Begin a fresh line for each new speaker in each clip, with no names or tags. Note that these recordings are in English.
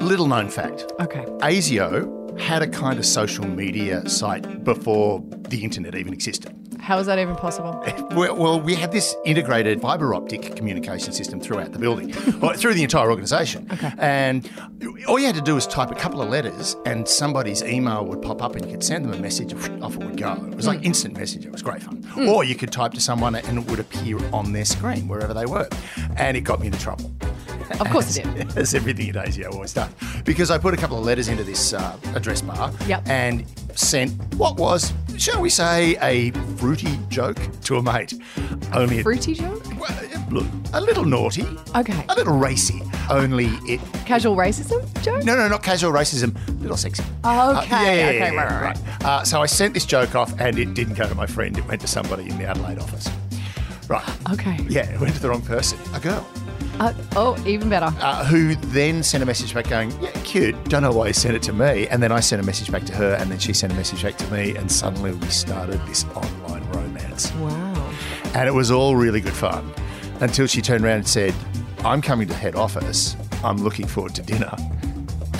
Little known fact
Okay.
ASIO had a kind of social media site before the internet even existed.
How is that even possible?
Well, well, we had this integrated fibre optic communication system throughout the building, or through the entire organisation. Okay. And all you had to do was type a couple of letters, and somebody's email would pop up, and you could send them a message, and off it would go. It was like instant message. It was great fun. Or you could type to someone, and it would appear on their screen wherever they were. And it got me into trouble.
Of course it
As-
did.
As everything at ASIO always does. Because I put a couple of letters into this uh, address bar
Yep.
and sent what was, shall we say, a fruity joke to a mate. Only it-
Fruity joke?
well, look, a little naughty.
Okay.
A little racy. Only it.
Casual racism joke?
No, no, not casual racism. A little sexy. Uh,
Oh, okay,
yeah, yeah,
okay,
yeah,
right, right, right.
Uh, so I sent this joke off, and it didn't go to my friend. It went to somebody in the Adelaide office. Right.
Okay.
Yeah, it went to the wrong person. A girl.
Uh, oh, even better.
uh, who then sent a message back going, Yeah, cute. Don't know why you sent it to me. And then I sent a message back to her, and then she sent a message back to me, and suddenly we started this online romance.
Wow.
And it was all really good fun until she turned around and said, I'm coming to head office. I'm looking forward to dinner.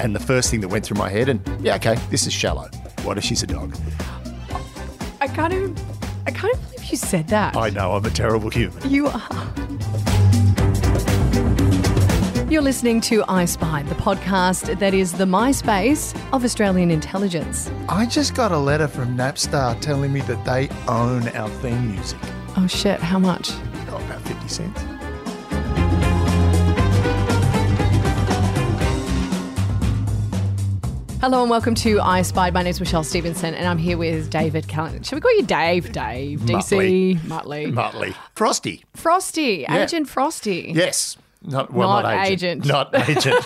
And the first thing that went through my head, and yeah, okay, this is shallow. What if she's a dog?
I can't even. I can't even believe you said that.
I know, I'm a terrible human.
You are. You're listening to I Spy, the podcast that is the MySpace of Australian intelligence.
I just got a letter from Napstar telling me that they own our theme music.
Oh shit, how much?
Oh, about 50 cents.
Hello and welcome to I Spy. My name's Michelle Stevenson and I'm here with David Callan. Should we call you Dave? Dave, DC, Muttley.
Motley. Frosty.
Frosty,
Yeah.
Agent Frosty.
Yes. Not well, not,
Not
agent.
agent.
Not agent.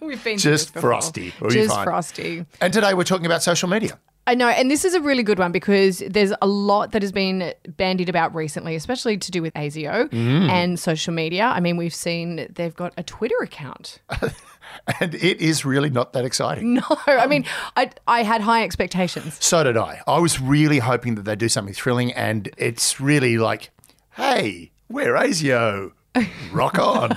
We've been through
Just
this before.
Frosty. We'll be
Just
fine.
Frosty.
and today we're talking about social media.
I know, and this is a really good one because there's a lot that has been bandied about recently, especially to do with ASIO
Mm.
and social media. I mean, we've seen they've got a Twitter account.
And it is really not that exciting.
No, I mean, I I had high expectations.
So did I. I was really hoping that they'd do something thrilling and it's really like, hey, we're ASIO. Rock on.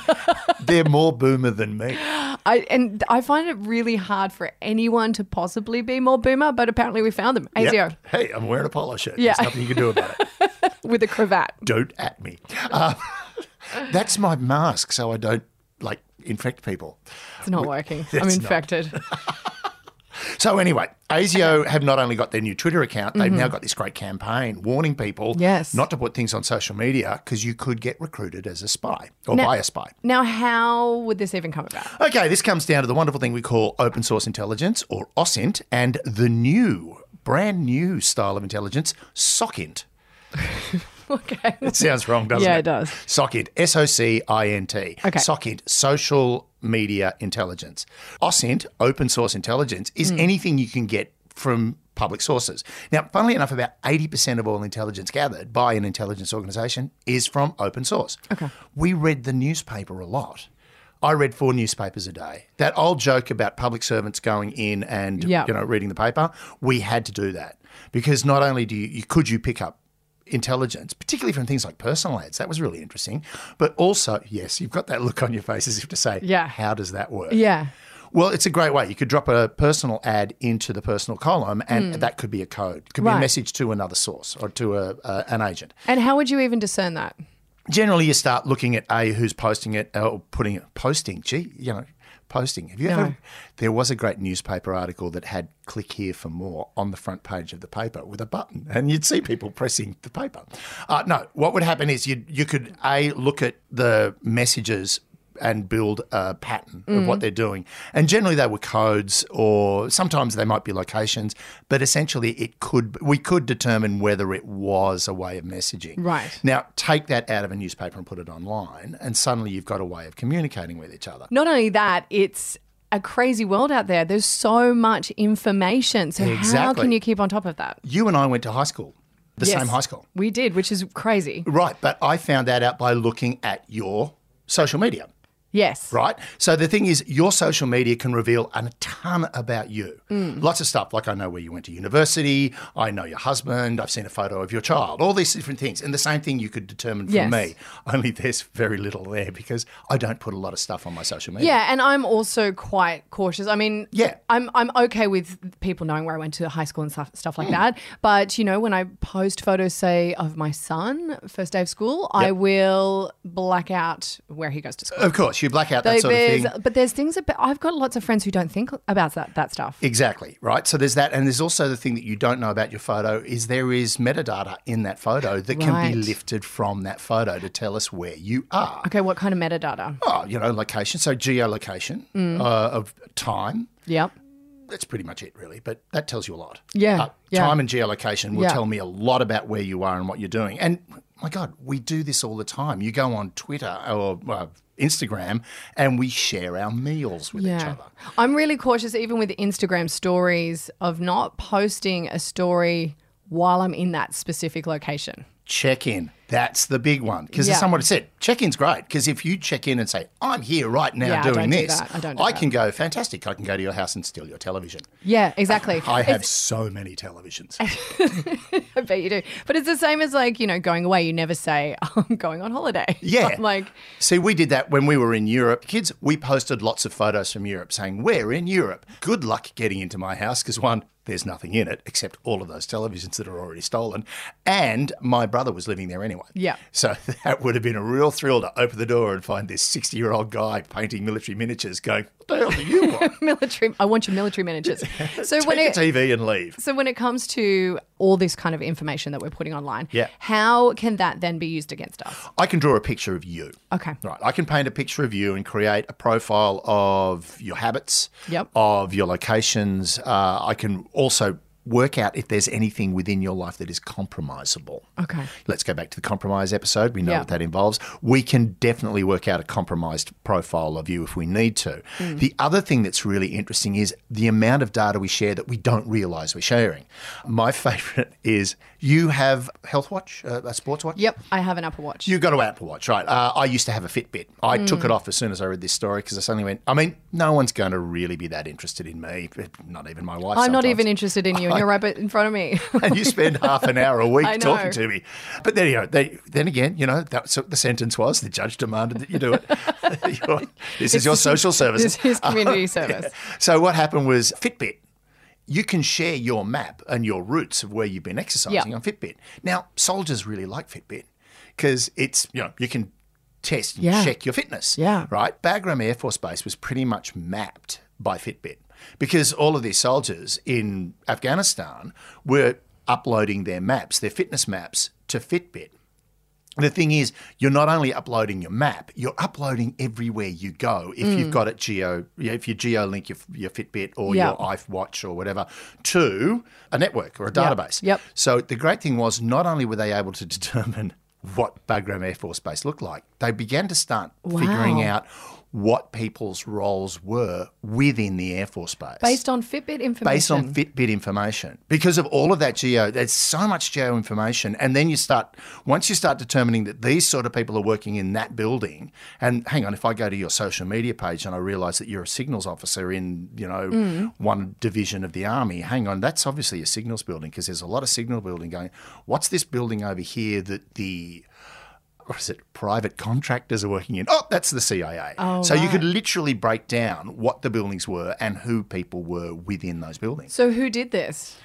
They're more boomer than me.
I and I find it really hard for anyone to possibly be more boomer, but apparently we found them. ASIO
Yep. Hey, I'm wearing a polo shirt.
Yeah.
There's nothing you can do about it.
with a cravat.
don't at me. Uh, that's my mask so I don't like infect people.
It's not working. I'm
not.
infected.
So anyway, ASIO have not only got their new Twitter account, they've now got this great campaign warning people
Mm-hmm. Yes.
not to put things on social media because you could get recruited as a spy or by a spy.
Now, how would this even come about?
Okay, this comes down to the wonderful thing we call open source intelligence or OSINT and the new, brand new style of intelligence, SOCINT.
Okay.
It sounds wrong, doesn't it?
Yeah, it does.
SOCINT, S O C I N T.
Okay.
SOCINT, Social Media Intelligence. OSINT, Open Source Intelligence,
Hmm.
is anything you can get from public sources. Now, funnily enough, about 80% of all intelligence gathered by an intelligence organization is from open source. Okay. We read the newspaper a lot. I read four newspapers a day. That old joke about public servants going in and
Yeah.
you know uh, reading the paper, we had to do that because not only do you, you could you pick up intelligence, particularly from things like personal ads. That was really interesting, but also yes, you've got that look on your face as if to say,
Yeah.
how does that work?
Yeah.
Well, it's a great way. You could drop a personal ad into the personal column, and that could be a code. It could be
Hmm. Right.
a message to another source or to a, uh, an agent
And how would you even discern that?
generally you start looking at a who's posting it uh, or putting it posting gee you know posting have you ever there was a great newspaper article that had click here for more on the front page of the paper with a button and you'd see people pressing the paper uh, no what would happen is you you could a look at the messages and build a pattern of what they're doing. And generally they were codes or sometimes they might be locations, but essentially it could we could determine whether it was a way of messaging.
Right.
Now, take that out of a newspaper and put it online, and suddenly you've got a way of communicating with each other.
Not only that, it's a crazy world out there. There's so much information. So how
Exactly.
can you keep on top of that?
You and I went to high school, the
Yes.
same high school.
We did, which is crazy.
Right, but I found that out by looking at your social media.
Yes.
right? So the thing is, your social media can reveal a ton about you.
Mm.
Lots of stuff, like I know where you went to university, I know your husband, I've seen a photo of your child, all these different things. And the same thing you could determine from
Yes.
me, only there's very little there because I don't put a lot of stuff on my social media.
Yeah, and I'm also quite cautious. I mean,
Yeah.
I'm I'm okay with people knowing where I went to high school and stuff stuff like that. But you know, when I post photos, say of my son first day of school, I will black out where he goes to school.
Of course, you black out that
So
sort of
there's,
thing.
but there's things about. I've got lots of friends who don't think about that that stuff.
Exactly, right? So there's that. And there's also the thing that you don't know about your photo is there is metadata in that photo that can be
Right.
lifted from that photo to tell us where you are.
okay, what kind of metadata?
Oh, you know, location. So geolocation
Mm.
uh, of time.
Yep.
That's pretty much it, really. But that tells you a lot.
Yeah,
Uh,
yeah.
Time and geolocation will
Yeah.
tell me a lot about where you are and what you're doing. And my God, we do this all the time. You go on Twitter or uh, Instagram and we share our meals with each other.
I'm really cautious, even with Instagram stories, of not posting a story while I'm in that specific location.
check in. That's the big one. Because
Yeah.
as someone said, check in's great. Because if you check in and say, I'm here right now
Yeah, I
doing
don't do
this,
that. I don't do
can go, fantastic. I can go to your house and steal your television.
Yeah, exactly.
I have so many televisions.
I bet you do. But it's the same as like, you know, going away. You never say, I'm going on holiday.
Yeah.
I'm like,
See, we did that when we were in Europe. Kids, we posted lots of photos from Europe saying, We're in Europe. Good luck getting into my house because one, there's nothing in it except all of those televisions that are already stolen. And my brother was living there anyway.
Yeah.
So that would have been a real thrill to open the door and find this 60 year old guy painting military miniatures going, What the hell do you want?
military, I want your military miniatures. So when
Take
it,
the TV and leave.
so when it comes to all this kind of information that we're putting online,
Yeah.
how can that then be used against us?
I can draw a picture of you.
Okay.
Right. I can paint a picture of you and create a profile of your habits,
Yep.
of your locations. Uh, I can also work out if there's anything within your life that is compromisable.
Okay.
Let's go back to the compromise episode. We know
Yeah.
what that involves. We can definitely work out a compromised profile of you if we need to.
Mm.
The other thing that's really interesting is the amount of data we share that we don't realize we're sharing. My favorite is you have Health Watch, uh, a sports watch?
Yep. I have an Apple Watch.
You got an Apple Watch, right? Uh, I used to have a Fitbit. I took
Mm.
it off as soon as I read this story because I suddenly went, I mean, no one's going to really be that interested in me, eh, not even my wife.
I'm not
sometimes.
even interested in you, and you're right but in front of me.
and you spend half an hour a week
I know.
talking to me. But then, you know, they, then again, you know, that's what the sentence was. The judge demanded that you do it. Your- this is your social services.
this is community service.
So what happened was Fitbit. You can share your map and your routes of where you've been exercising
Yeah.
on Fitbit. Now, soldiers really like Fitbit because it's you know you can test and
Yeah.
check your fitness.
Yeah.
Right. Bagram Air Force Base was pretty much mapped by Fitbit because all of these soldiers in Afghanistan were uploading their maps, their fitness maps, to Fitbit. The thing is, you're not only uploading your map, you're uploading everywhere you go. If you've got it geo, yeah, if you geo link your, your Fitbit or
Mm. Yeah.
your iWatch or whatever to a network or a database.
Yep.
So the great thing was, not only were they able to determine what Bagram Air Force Base looked like, they began to start figuring
Wow.
out what people's roles were within the Air Force Base
Based on Fitbit information.
based on Fitbit information. Because of all of that geo, there's so much geo information. And then you start, once you start determining that these sort of people are working in that building, and hang on, if I go to your social media page and I realize that you're a signals officer in, you know,
Mm.
one division of the army, hang on, that's obviously a signals building because there's a lot of signal building going, what's this building over here that the or is it private contractors are working in? Oh, that's the CIA.
Oh,
so you could literally break down what the buildings were and who people were within those buildings.
so who did this?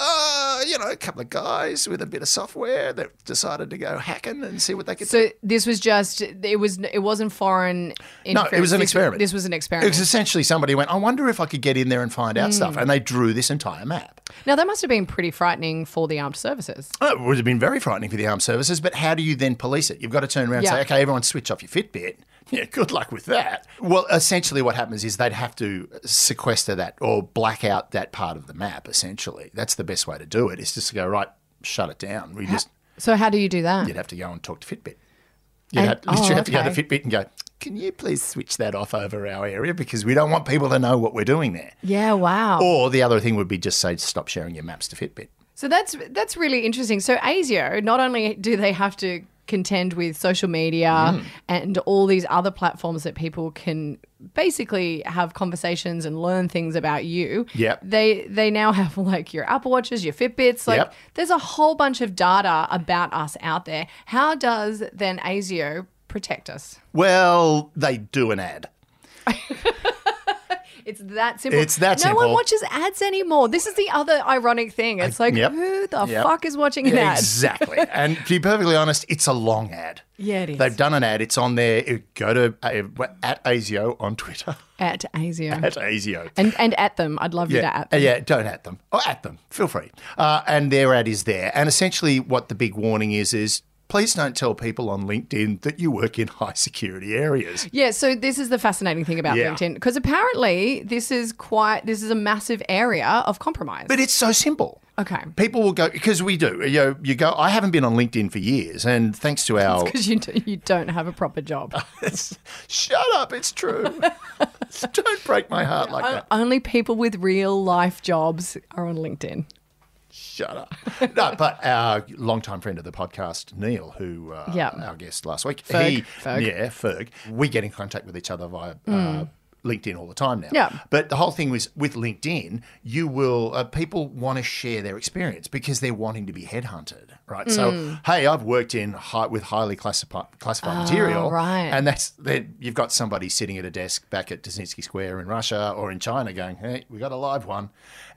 Uh, you know, a couple of guys with a bit of software that decided to go hacking and see what they could do.
So this was just it was it wasn't foreign. interference.
it was an
This-
experiment.
This was an
It
experiment.
was essentially somebody went, I wonder if I could get in there and find out stuff. And they drew this entire map.
now that must have been pretty frightening for the armed services.
Oh, it would have been very frightening for the armed services, but how do you then police it? You've got to turn around and
Yeah.
say, okay, everyone switch off your Fitbit. Yeah, good luck with that. Well, essentially, what happens is they'd have to sequester that or black out that part of the map, essentially. That's the best way to do it, is just to go, right, shut it down. We just,
So how do you do that?
you'd have to go and talk to Fitbit. You'd
And-
have, literally
oh,
have to go to
okay.
Fitbit and go, can you please switch that off over our area? Because we don't want people to know what we're doing there.
Yeah, wow.
Or the other thing would be just say, stop sharing your maps to Fitbit.
so that's that's really interesting. So ASIO, not only do they have to contend with social media
Mm.
and all these other platforms that people can basically have conversations and learn things about you.
Yep.
They they now have like your Apple Watches, your Fitbits, like
Yep.
there's a whole bunch of data about us out there. How does then ASIO protect us?
Well, they do an ad.
It's that simple.
It's that
no one
simple.
watches ads anymore. This is the other ironic thing. It's like
yep.
who the
Yep.
fuck is watching an ad?
Exactly. and to be perfectly honest, it's a long ad.
Yeah, it is.
They've done an ad. It's on there. It- Go to uh, at ASIO on Twitter.
At ASIO.
At ASIO.
and and at them. I'd love you to
Yeah, uh,
at them.
yeah, don't at them. Or at them. Feel free. Uh, and their ad is there. And essentially, what the big warning is is please don't tell people on LinkedIn that you work in high security areas.
Yeah, so this is the fascinating thing about
Yeah.
LinkedIn because apparently this is quite this is a massive area of compromise.
But it's so simple.
okay,
People will go because we do. You know, you go. I haven't been on LinkedIn for years, and thanks to our
because you d- you don't have a proper job.
shut up, it's true. don't break my heart like that.
Only people with real life jobs are on LinkedIn.
Shut up. No, but our longtime friend of the podcast, Neil, who uh,
Yeah.
our guest last week,
Ferg,
he
Ferg. Hmm.
yeah, Ferg, we get in contact with each other via. Uh, LinkedIn all the time now.
Yeah.
But the whole thing was with LinkedIn, you will, uh, people want to share their experience because they're wanting to be headhunted, right?
Hmm.
So, hey, I've worked in high, with highly classified, classified material.
Ah, right.
And that's, then you've got somebody sitting at a desk back at Dzinitsky Square in Russia or in China going, hey, we got a live one.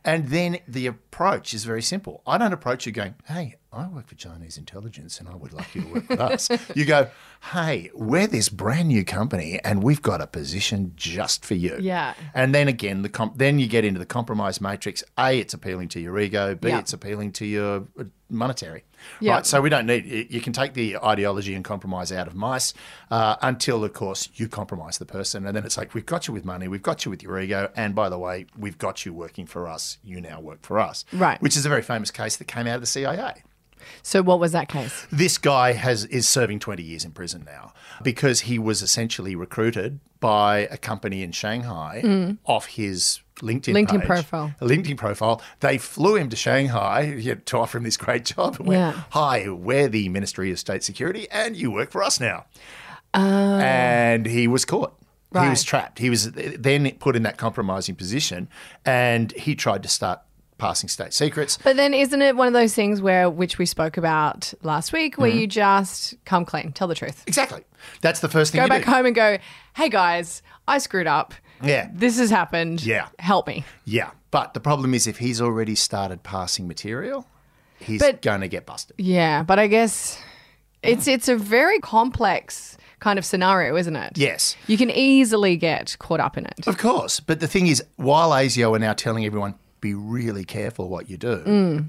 And then the approach is very simple. I don't approach you going, hey, I work for Chinese intelligence and I would like you to work with us. You go, hey, we're this brand new company and we've got a position just for you.
Yeah.
And then again, the comp- then you get into the compromise matrix. A, it's appealing to your ego. B,
Yeah.
it's appealing to your uh, monetary.
Yeah.
Right. So we don't need. y- You can take the ideology and compromise out of mice uh, until, of course, you compromise the person, and then it's like we've got you with money, we've got you with your ego, and by the way, we've got you working for us. You now work for us.
Right.
Which is a very famous case that came out of the CIA
So what was that case?
this guy has is serving 20 years in prison now because he was essentially recruited by a company in Shanghai off his LinkedIn
Mm. LinkedIn
page.
profile.
A LinkedIn profile. They flew him to Shanghai you know, to offer him this great job. And went,
Yeah.
Hi, we're the Ministry of State Security, and you work for us now. and he was caught. He
Oh. Right.
was trapped. He was then put in that compromising position, and he tried to start passing state secrets.
But then isn't it one of those things where which we spoke about last week where
Mm-hmm.
you just come clean, tell the truth.
Exactly. That's the first thing.
Go
you
back
do.
home and go, "Hey guys, I screwed up.
Yeah.
This has happened.
Yeah.
Help me."
Yeah, but the problem is if he's already started passing material, he's
But-
going to get busted.
Yeah, but I guess it's it's a very complex kind of scenario, isn't it?
Yes.
You can easily get caught up in it.
Of course, but the thing is, while ASIO are now telling everyone, be really careful what you do,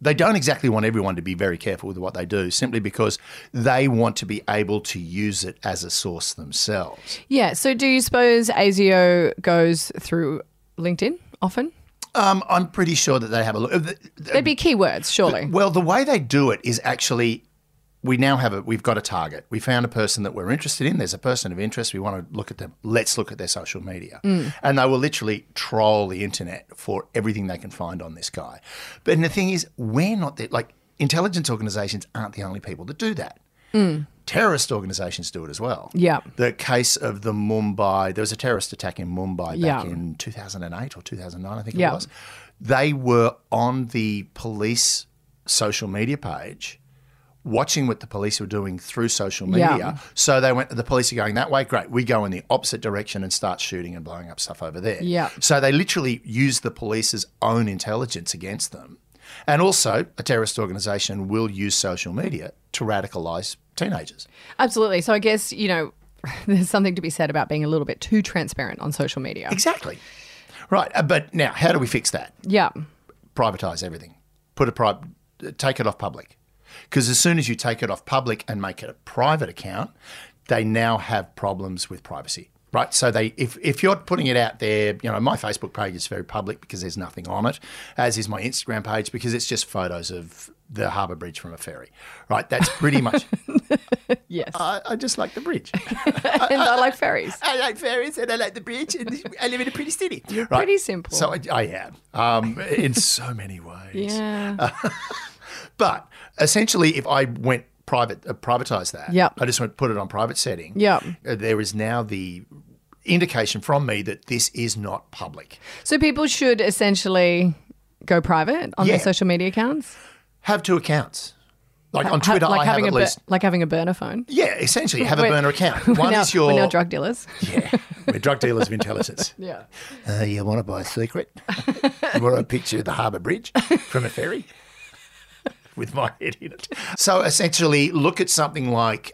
they don't exactly want everyone to be very careful with what they do simply because they want to be able to use it as a source themselves.
Yeah. So do you suppose ASIO goes through LinkedIn often?
Um, I'm pretty sure that they have a look.
There'd be keywords, surely.
Well, the way they do it is actually we now have a we've got a target. We found a person that we're interested in. There's a person of interest. We want to look at them. Let's look at their social media.
Mm.
And they will literally troll the internet for everything they can find on this guy. But and the thing is, we're not the, like intelligence organizations aren't the only people that do that. Terrorist organizations do it as well.
Mm. Yeah.
The case of the Mumbai, there was a terrorist attack in Mumbai back
Yeah.
in 2008 or 2009, I think
Yeah.
it was. They were on the police social media page watching what the police were doing through social
Yeah.
media. So they went, the police are going that way. Great. We go in the opposite direction and start shooting and blowing up stuff over there.
Yeah.
So they literally use the police's own intelligence against them. And also, a terrorist organization will use social media to radicalize teenagers.
Absolutely. So I guess, you know, there's something to be said about being a little bit too transparent on social media.
Exactly. Right. Uh, But now, how do we fix that?
Yeah.
privatize everything. Put a pri- take it off public. Because as soon as you take it off public and make it a private account, they now have problems with privacy. Right, so they if, if you're putting it out there, you know my Facebook page is very public because there's nothing on it, as is my Instagram page because it's just photos of the harbour bridge from a ferry. Right, that's pretty much.
Yes.
I, I just like the bridge.
and I like fairies.
I like ferries and I like the bridge and I live in a pretty city. Right.
Pretty simple.
So I, I am um, in so many ways.
Yeah.
But essentially, if I went private uh, privatize that.
Yep.
I just want to put it on private setting.
Yep.
Uh, There is now the indication from me that this is not public.
So people should essentially go private on
Yeah.
their social media accounts.
Have two accounts. Like on
Ha-
Twitter,
like
I have
having
at
a bur-
least.
like having a burner phone.
Yeah, essentially, have a
We're-
burner account.
we're
One
now,
is your.
we're now drug dealers.
yeah, we're drug dealers of intelligence.
Yeah.
Uh, you want to buy a secret? you want a picture of the harbour bridge from a ferry with my head in it? So essentially, look at something like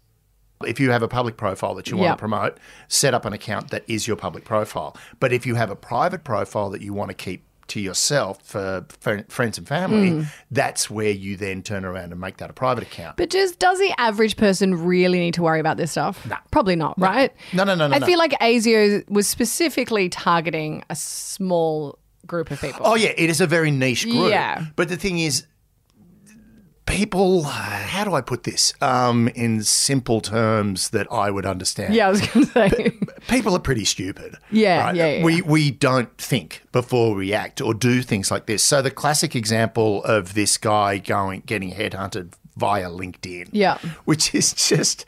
if you have a public profile that you want
Yeah.
to promote, set up an account that is your public profile. But if you have a private profile that you want to keep to yourself for fr- friends and family, that's where you then turn around and make that a private account.
But just does the average person really need to worry about this stuff? No. Probably not, right?
No, no, no, no,
I
no.
feel like ASIO was specifically targeting a small group of people.
Oh yeah, it is a very niche group.
Yeah.
But the thing is, people. How do I put this um, in simple terms that I would understand?
Yeah, I was going to say.
People are pretty stupid.
Yeah, yeah, yeah,
We we don't think before we act or do things like this. So the classic example of this guy going getting headhunted via LinkedIn.
Yeah.
Which is just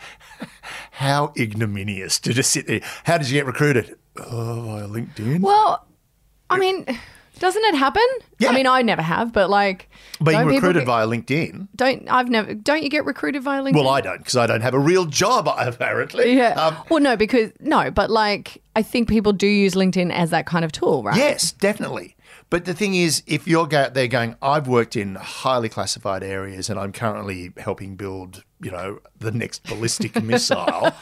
how ignominious to just sit there. How did you get recruited? Oh, via LinkedIn.
well, I mean, doesn't it happen?
Yeah.
I mean, I never have, but like,
Being
don't people
recruited
get-
via LinkedIn.
don't I've never don't you get recruited via LinkedIn?
Well, I don't because I don't have a real job, apparently.
yeah.
Um,
well, no, because no, but like I think people do use LinkedIn as that kind of tool, right?
yes, definitely. But the thing is, if you're go- there going, I've worked in highly classified areas and I'm currently helping build, you know, the next ballistic missile,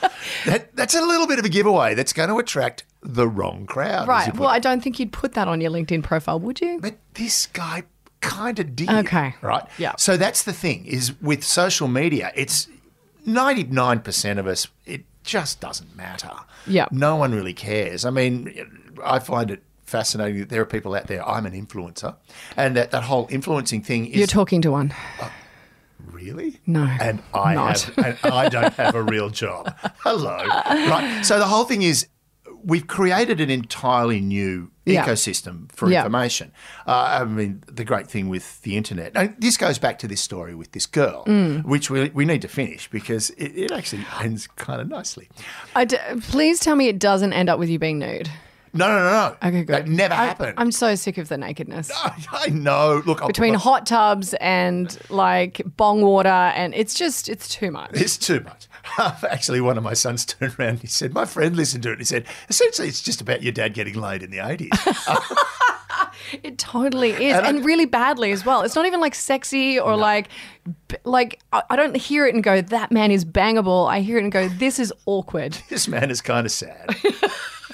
that, that's a little bit of a giveaway. That's going to attract the wrong crowd. as you
Right.
put
Well,
it.
I don't think you'd put that on your LinkedIn profile, would you?
But this guy kind of did.
Okay.
Right?
Yeah.
So that's the thing is with social media, it's 99% of us, it just doesn't matter.
Yeah.
No one really cares. I mean, I find it fascinating that there are people out there, I'm an influencer, and that, that whole influencing thing is
You're talking to one.
Really?
No,
And I
not.
have, and I don't have a real job. Hello. Right. So the whole thing is we've created an entirely new
Yeah.
ecosystem for
Yeah.
information. Uh, I mean, the great thing with the internet, and this goes back to this story with this girl,
Mm.
which we, we need to finish because it, it actually ends kind of nicely.
I d- please tell me it doesn't end up with you being nude.
No, no, no, no.
Okay, good.
That never
I-
happened.
I'm so sick of the nakedness.
I know. Look, I'll-
Between
I'll-
hot tubs and like bong water, and it's just, it's too much.
It's too much. Actually, one of my sons turned around and he said, My friend listened to it and he said, Essentially, it's just about your dad getting laid in the 80s.
It totally is. And, really badly as well. It's not even like sexy or like, b- like I I don't hear it and go, that man is bangable. I hear it and go, this is awkward.
this man is kind of sad.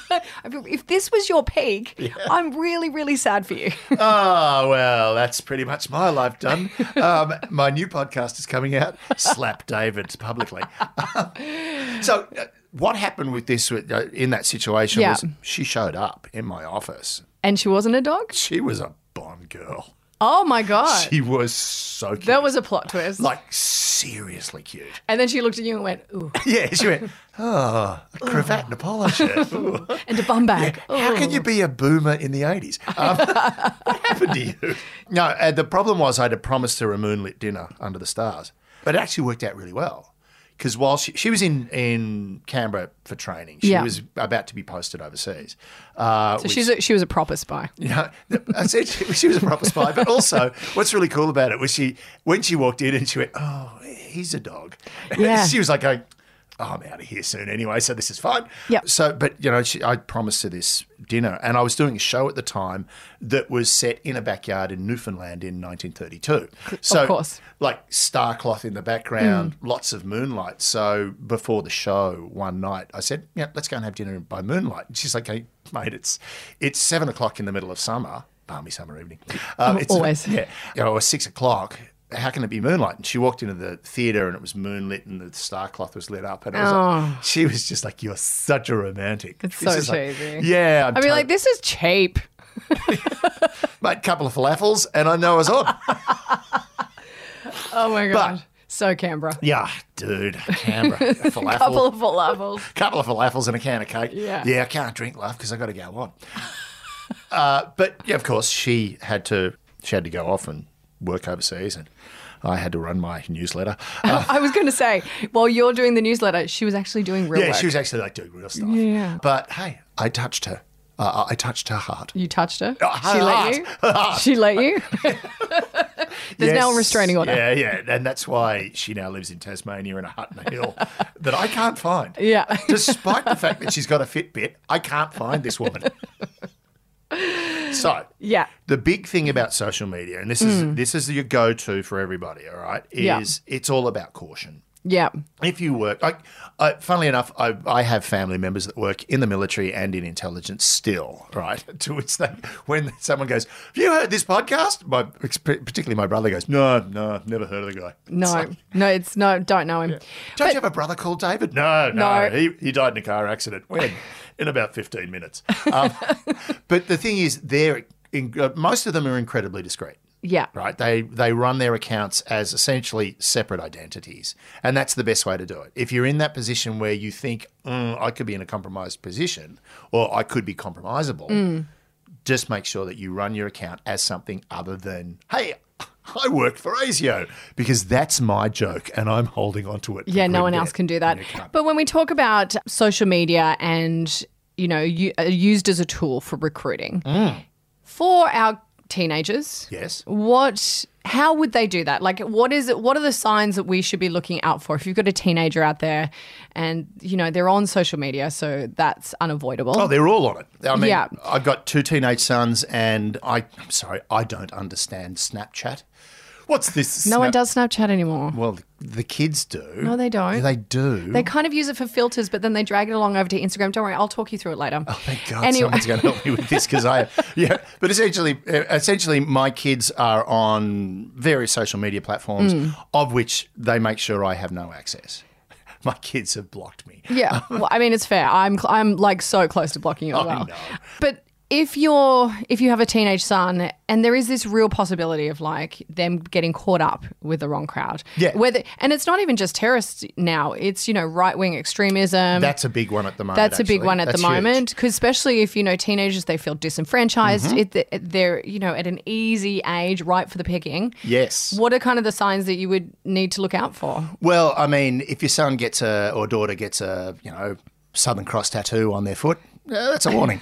I feel- If this was your peak, I'm really, really sad for you.
oh, well, that's pretty much my life done. Um, my new podcast is coming out Slap David publicly. so, uh, what happened with this uh, in that situation
Yeah.
was she showed up in my office.
and she wasn't a dog?
She was a Bond girl.
Oh my God.
She was so cute.
that was a plot twist.
like, seriously cute.
and then she looked at you and went, ooh,
Yeah, she went, oh, a cravat and a polo shirt. Ooh.
and a bum bag.
How can you be a boomer in the 80s? Um, what happened to you? No, uh, the problem was I had promised her a moonlit dinner under the stars, but it actually worked out really well. Because while she, she was in, in Canberra for training, she
Yeah.
was about to be posted overseas. Uh,
So she's a, she was a proper spy.
you know, I said she, she was a proper spy, but also what's really cool about it was she when she walked in and she went, "Oh, he's a dog."
Yeah.
she was like, going, "Oh, I'm out of here soon anyway, so this is fine."
Yep.
So, but you know, she, I promised her this dinner, and I was doing a show at the time that was set in a backyard in Newfoundland in 1932. So,
course.
like star cloth in the background,
Mm.
lots of moonlight. So before the show one night, I said, "Yeah, let's go and have dinner by moonlight." And she's like, "Hey, mate, it's it's seven o'clock in the middle of summer, balmy summer evening. Um, it's,
Always.
yeah, you know, it was six o'clock." How can it be moonlight? And she walked into the theater and it was moonlit and the star cloth was lit up. And it was like, she was just like, You're such a romantic. It's
Oh. so cheesy.
Like, yeah. I'm
I mean,
tot-
like, this is cheap.
mate, couple of falafels and I know I was on.
Oh my God. so Canberra.
yeah, dude, Canberra. falafel.
Couple of falafels.
couple of falafels and a can of cake.
Yeah.
Yeah, I can't drink, love, because I got to go on. uh, but yeah, of course, she had to she had to go off and work overseas, and I had to run my newsletter. Uh,
Oh, I was going to say, while you're doing the newsletter, she was actually doing real
yeah,
work.
she was actually like doing real stuff.
Yeah.
But hey, I touched her. Uh, I I touched her heart.
you touched her.
her
she
heart.
let you. she let you. There's now a
Yes.
restraining order.
Yeah, yeah. And that's why she now lives in Tasmania in a hut in a hill that I can't find.
Yeah.
Despite the fact that she's got a Fitbit, I can't find this woman. so
Yeah.
the big thing about
Mm-hmm.
social media, and this is this is your go to for everybody, all right,
Mm. Yeah.
is it's all about caution
Yeah.
if you work, like, I, funnily enough, I, I have family members that work in the military and in intelligence still, right? To which they, when someone goes, "Have you heard this podcast?" My, particularly my brother goes, "No, no, I've never heard of the guy."
No.
It's like,
no, it's no, don't know him.
don't you have a brother called David? No, no,
No.
he, he died in a car accident. When? in about fifteen minutes. Um, but the thing is, they're in, uh, most of them are incredibly discreet
Yeah.
right? They they run their accounts as essentially separate identities, and that's the best way to do it. If you're in that position where you think "Mm, I could be in a compromised position or I could be compromisable,
Mm.
just make sure that you run your account as something other than hey. I work for ASIO because that's my joke and I'm holding on to it. for
Yeah, no
good
one
debt.
else can do that.
You can't.
But when we talk about social media and, you know, you, uh, used as a tool for recruiting for our teenagers,
Mm. Yes.
what how would they do that? Like what is it what are the signs that we should be looking out for if you've got a teenager out there and, you know, they're on social media, so that's unavoidable.
Oh, they're all on it. I mean,
Yeah.
I've got two teenage sons, and I, I'm sorry, I don't understand Snapchat. What's this?
no one
Snap-
does Snapchat anymore.
Well, the kids do.
No, they don't.
They do.
They kind of use it for filters, but then they drag it along over to Instagram. Don't worry, I'll talk you through it later. Oh,
Thank God someone's going to help me with this because I, yeah. But essentially, eh, essentially, my kids are on various social media platforms,
Hmm.
of which they make sure I have no access. My kids have blocked me.
Yeah, well, I mean it's fair. I'm cl- I'm like so close to blocking you as well.
know.
But if you're if you have a teenage son and there is this real possibility of like them getting caught up with the wrong crowd.
Yeah.
Whether and it's not even just terrorists now. It's you know right wing extremism.
That's a big one at the moment.
That's a big
actually.
one at
That's
the
huge.
moment because especially if you know teenagers, they feel disenfranchised.
Mm-hmm.
It, it- they're you know at an easy age, ripe for the picking.
Yes.
What are kind of the signs that you would need to look out for?
Well, I mean, if your son gets a or daughter gets a, you know, Southern Cross tattoo on their foot, uh, that's a warning.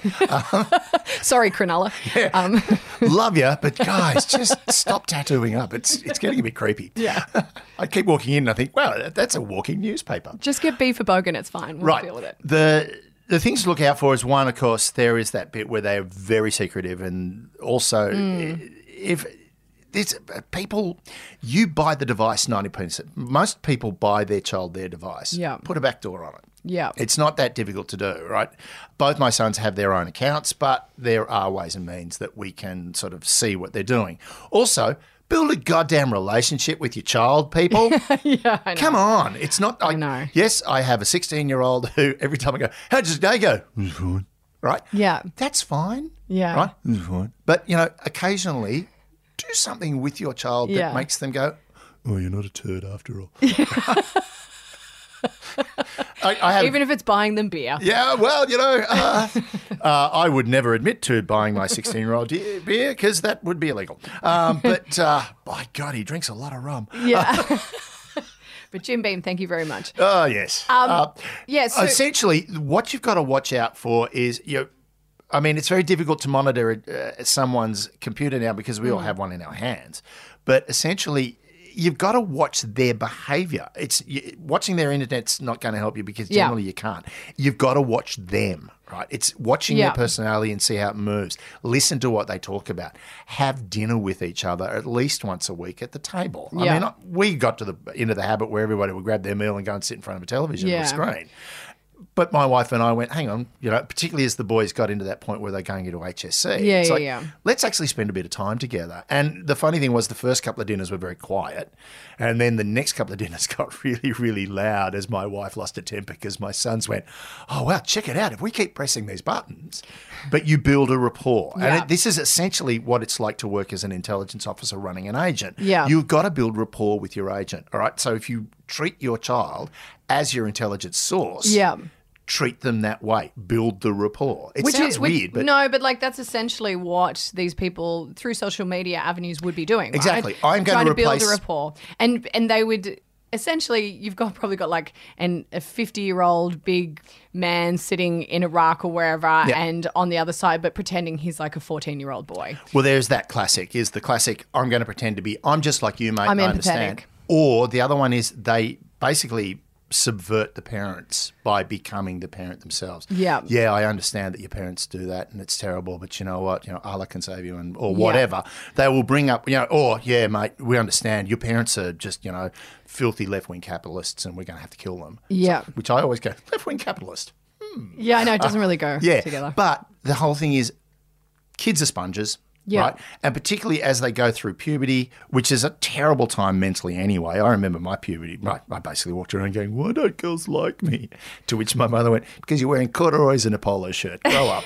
Sorry, Cronulla. Um,
Love you, but guys, just stop tattooing up. It's it's getting a bit creepy. Yeah. I keep walking in and I think, wow, that- that's a walking newspaper.
just get B for Bogan. It's fine. We'll deal with it.
The the things to look out for is one, of course, there is that bit where they are very secretive, and also
Hmm.
i- if there's people, you buy the device ninety percent. Most people buy their child their device.
Yeah.
Put a back door on it.
Yeah.
It's not that difficult to do, right? Both my sons have their own accounts, but there are ways and means that we can sort of see what they're doing. Also, build a goddamn relationship with your child, people.
yeah, I know.
Come on. It's not like,
know.
yes, I have a 16 year old who every time I go, how does your day go? It was fine. Right?
Yeah.
That's fine.
Yeah.
Right? It was fine. But, you know, occasionally do something with your child
Yeah.
that makes them go, oh, you're not a turd after all. I, I have
Even if it's buying them beer.
yeah, well, you know, uh, uh, I would never admit to buying my 16 year old beer because that would be illegal. Um, but uh, by God, he drinks a lot of rum.
Yeah. but Jim Beam, thank you very much.
Oh, yes. Uh,
yeah, so-
essentially, what you've got to watch out for is, you know, I mean, it's very difficult to monitor uh, someone's computer now because we all
Mm.
have one in our hands. But essentially, you've got to watch their behavior. It's y watching their internet's not going to help you because
Yeah.
generally you can't. You've got to watch them, right? It's watching
Yeah.
their personality and see how it moves. Listen to what they talk about. Have dinner with each other at least once a week at the table.
Yeah.
I mean, I- we got to the into the habit where everybody would grab their meal and go and sit in front of a television or
Yeah.
a screen. But my wife and I went, hang on, you know, particularly as the boys got into that point where they're going into HSC.
Yeah,
it's
yeah,
like,
yeah.
Let's actually spend a bit of time together. And the funny thing was, the first couple of dinners were very quiet. And then the next couple of dinners got really, really loud as my wife lost her temper because my sons went, oh, wow, check it out. If we keep pressing these buttons, but you build a rapport.
Yeah.
And it, this is essentially what it's like to work as an intelligence officer running an agent.
Yeah.
You You've got to build rapport with your agent. All right. So if you treat your child as your intelligence source,
Yeah.
treat them that way, build the rapport. It sounds
which-
weird, but
no, but like that's essentially what these people through social media avenues would be doing. right?
Exactly. I'm going
trying
to
to build a
replace-
rapport, and and they would essentially you've got probably got like an a 50 year old big man sitting in Iraq or wherever, and on the other side, but pretending he's like a 14 year old boy.
well, there's that classic. Is the classic? I'm going to pretend to be. I'm just like you, mate.
I'm
I understand.
empathetic.
Or the other one is they basically subvert the parents by becoming the parent themselves.
Yeah.
Yeah, I understand that your parents do that and it's terrible, but you know what? You know, Allah can save you and or whatever. They will bring up, you know, oh yeah, mate, we understand. Your parents are just, you know, filthy left wing capitalists and we're gonna have to kill them.
Yeah.
Which I always go, left wing capitalist.
Yeah, I know it doesn't really go
Yeah.
together.
But the whole thing is kids are sponges.
Yeah.
Right. And particularly as they go through puberty, which is a terrible time mentally anyway. I remember my puberty. Right. I basically walked around going, Why don't girls like me? To which my mother went, Because you're wearing corduroys and a polo shirt. Grow up.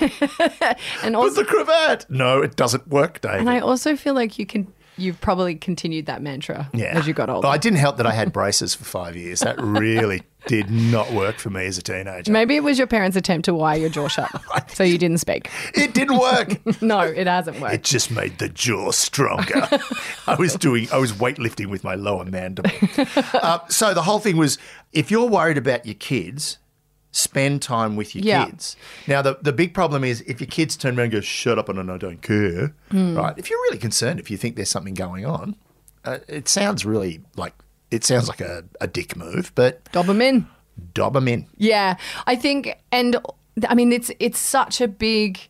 With
and also,
the cravat. No, it doesn't work, David.
and I also feel like you can you've probably continued that mantra
yeah.
as you got older.
Well, I didn't help that I had braces for five years. That really did not work for me as a teenager.
Maybe it was your parents' attempt to wire your jaw shut, so you didn't speak.
It didn't work.
No, it hasn't worked.
It just made the jaw stronger. I was doing, I was weightlifting with my lower mandible. uh, so the whole thing was, if you're worried about your kids, spend time with your
Yeah.
kids. Now the the big problem is if your kids turn around and go, "Shut up," and I don't care. Right? If you're really concerned, if you think there's something going on, uh, it sounds really like it sounds like a, a dick move, but
Dob 'em in.
dob 'em in.
Yeah, I think, and I mean, it's it's such a big,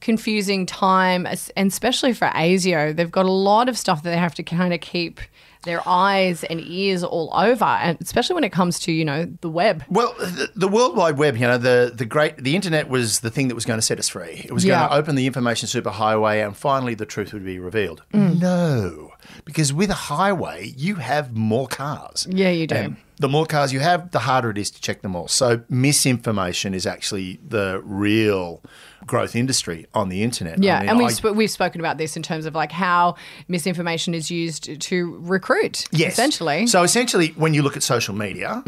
confusing time, as- and especially for ASIO, they've got a lot of stuff that they have to kind of keep their eyes and ears all over, and especially when it comes to you know the web.
Well, the, the World Wide Web, you know, the, the great, the internet was the thing that was going to set us free. It was
Yeah.
going to open the information superhighway and finally the truth would be revealed.
Mm.
No, because with a highway, you have more cars.
Yeah, you do.
And the more cars you have, the harder it is to check them all. So misinformation is actually the real growth industry on the internet.
Yeah,
I mean,
and we've
I-
sp- we've spoken about this in terms of like how misinformation is used to recruit.
Yes.
essentially. Mm.
So essentially, when you look at social media,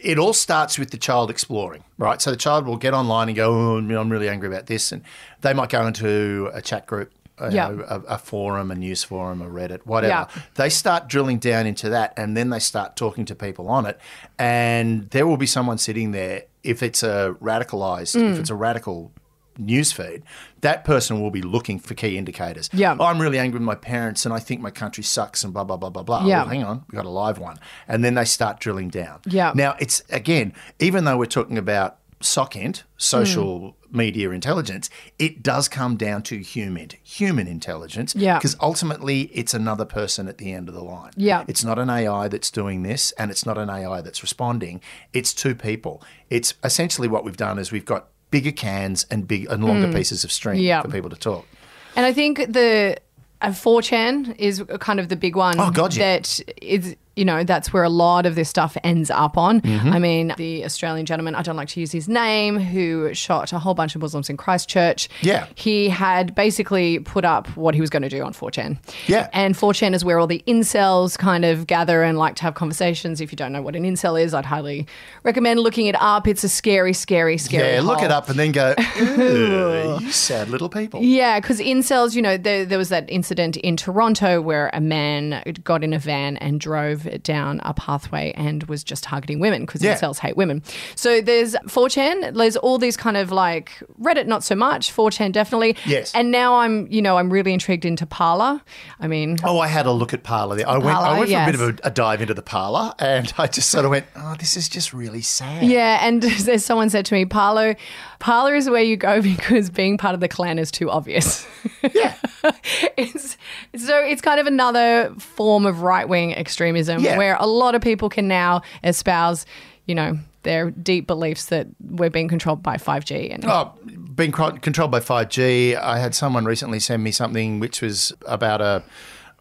it all starts with the child exploring, right? So the child will get online and go, oh, I'm really angry about this. And they might go into a chat group, you
Yeah.
know, a, a forum, a news forum, a Reddit, whatever.
Yeah.
They start drilling down into that and then they start talking to people on it. And there will be someone sitting there, if it's a radicalized,
Mm.
if it's a radical newsfeed, that person will be looking for key indicators.
Yeah.
I'm really angry with my parents and I think my country sucks and blah, blah, blah, blah, blah.
Yeah.
Well, hang on, we got a live one. And then they start drilling down.
Yeah.
Now, it's again, even though we're talking about SOCINT, social
Hmm.
media intelligence, it does come down to human, human intelligence.
Yeah.
Because ultimately, it's another person at the end of the line.
Yeah.
It's not an AI that's doing this and it's not an AI that's responding. It's two people. It's essentially what we've done is we've got bigger cans and big and longer pieces of string
Hmm. Yeah.
for people to talk.
And I think the uh, 4chan is kind of the big one.
Oh, God, yeah.
That is, you know, that's where a lot of this stuff ends up on.
Mm-hmm.
I mean, the Australian gentleman, I don't like to use his name, who shot a whole bunch of Muslims in Christchurch.
Yeah.
He had basically put up what he was going to do on 4chan.
Yeah.
And 4chan is where all the incels kind of gather and like to have conversations. If you don't know what an incel is, I'd highly recommend looking it up. It's a scary, scary, scary.
Yeah, look
hole.
it up and then go, "Ooh, you sad little people.
Yeah, because incels, you know, there, there was that incident in Toronto where a man got in a van and drove down a pathway and was just targeting women because
Yeah.
incels hate women. So there's 4chan, there's all these kind of like Reddit, not so much, 4chan definitely.
Yes.
And now I'm, you know, I'm really intrigued into Parler. I mean,
Oh, I had a look at parlor. There. I went. I
Parler,
went for a bit
yes.
of a, a dive into the parlor, and I just sort of went, "Oh, this is just really sad."
yeah, and there's someone said to me, Parler, Parler is where you go because being part of the clan is too obvious.
yeah.
it's, so it's kind of another form of right wing extremism
Yeah.
where a lot of people can now espouse, you know, their deep beliefs that we're being controlled by 5G and
Oh, being cro- controlled by 5G. I had someone recently send me something which was about a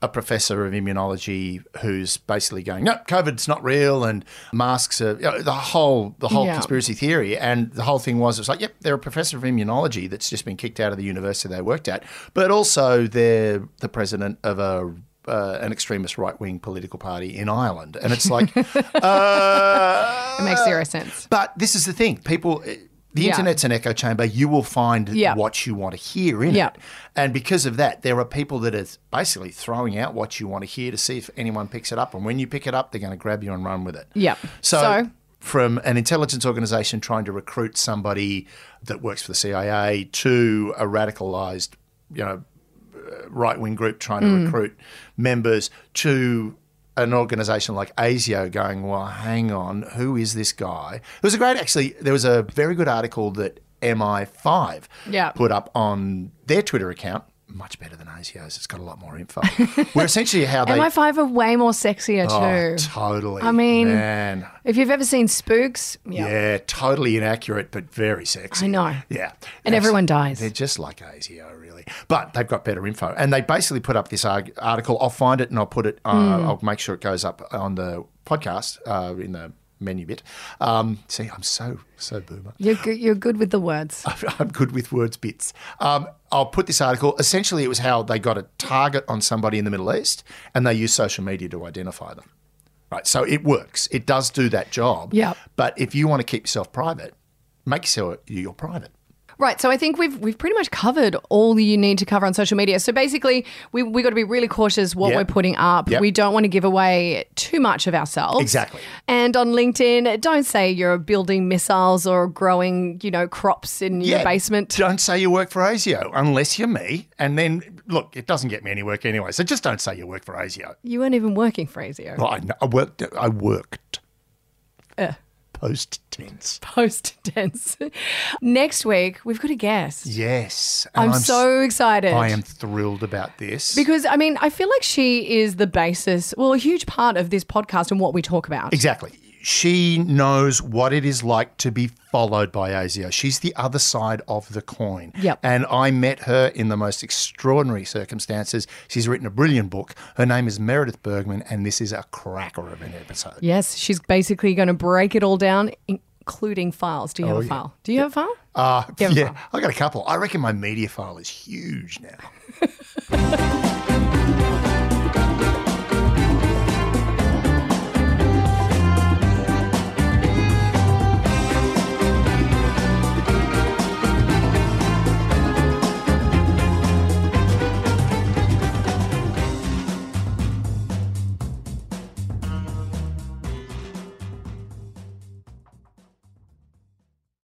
a professor of immunology who's basically going, no, COVID's not real, and masks are you know, the whole the whole
Yeah.
conspiracy theory. And the whole thing was, it's like, yep, they're a professor of immunology that's just been kicked out of the university they worked at, but also they're the president of a. Uh, an extremist right wing political party in Ireland. And it's like, uh,
it makes zero sense.
but this is the thing: people, eh, The
Yeah.
internet's an echo chamber. You will find
Yeah.
what you want to hear in
Yeah.
it. And because of that, there are people that are basically throwing out what you want to hear to see if anyone picks it up. And when you pick it up, they're going to grab you and run with it.
Yeah.
So,
So-
from an intelligence organization trying to recruit somebody that works for the CIA to a radicalized, you know, right wing group trying to
Mm.
recruit members to an organization like ASIO going, well, hang on, who is this guy? It was a great, actually, there was a very good article that MI5
Yeah.
put up on their Twitter account. Much better than ASIO's. It's got a lot more info. Where essentially how they.
MI5 are way more sexier
Oh,
too.
totally.
I mean-
man.
if you've ever seen Spooks, yeah,
Yeah, totally inaccurate, but very sexy.
I know.
Yeah.
And everyone dies.
They're just like ASIO, really. But they've got better info. And they basically put up this arg- article. I'll find it and I'll put it, uh,
Hmm.
I'll make sure it goes up on the podcast uh, in the menu bit. Um, see, I'm so, so boomer.
You're good, you're good with the words.
I'm good with words bits. Um, I'll put this article. Essentially, it was how they got a target on somebody in the Middle East and they use social media to identify them. Right. So it works. It does do that job.
Yep.
But if you want to keep yourself private, make yourself you're private.
Right, so I think we've we've pretty much covered all that you need to cover on social media. So basically, we we got to be really cautious what
Yep.
we're putting up.
Yep.
We don't want to give away too much of ourselves.
Exactly.
And on LinkedIn, don't say you're building missiles or growing, you know, crops in your basement.
Don't say you work for ASIO unless you're me. And then look, it doesn't get me any work anyway. So just don't say you work for ASIO.
You weren't even working for ASIO.
Well, I, kn- I worked. I worked.
Uh.
Post tense.
Post tense. Next week, we've got a guest.
Yes. And
I'm,
s-
so excited.
I am thrilled about this.
Because I mean, I feel like she is the basis, well, a huge part of this podcast and what we talk about.
Exactly. She knows what it is like to be followed by ASIO. She's the other side of the coin.
Yep.
And I met her in the most extraordinary circumstances. She's written a brilliant book. Her name is Meredith Bergman, and this is a cracker of an episode.
Yes, she's basically going to break it all down, including files. Do you have a file? Do you have a file?
Uh,
Yeah.
yeah, I got a couple. I reckon my media file is huge now.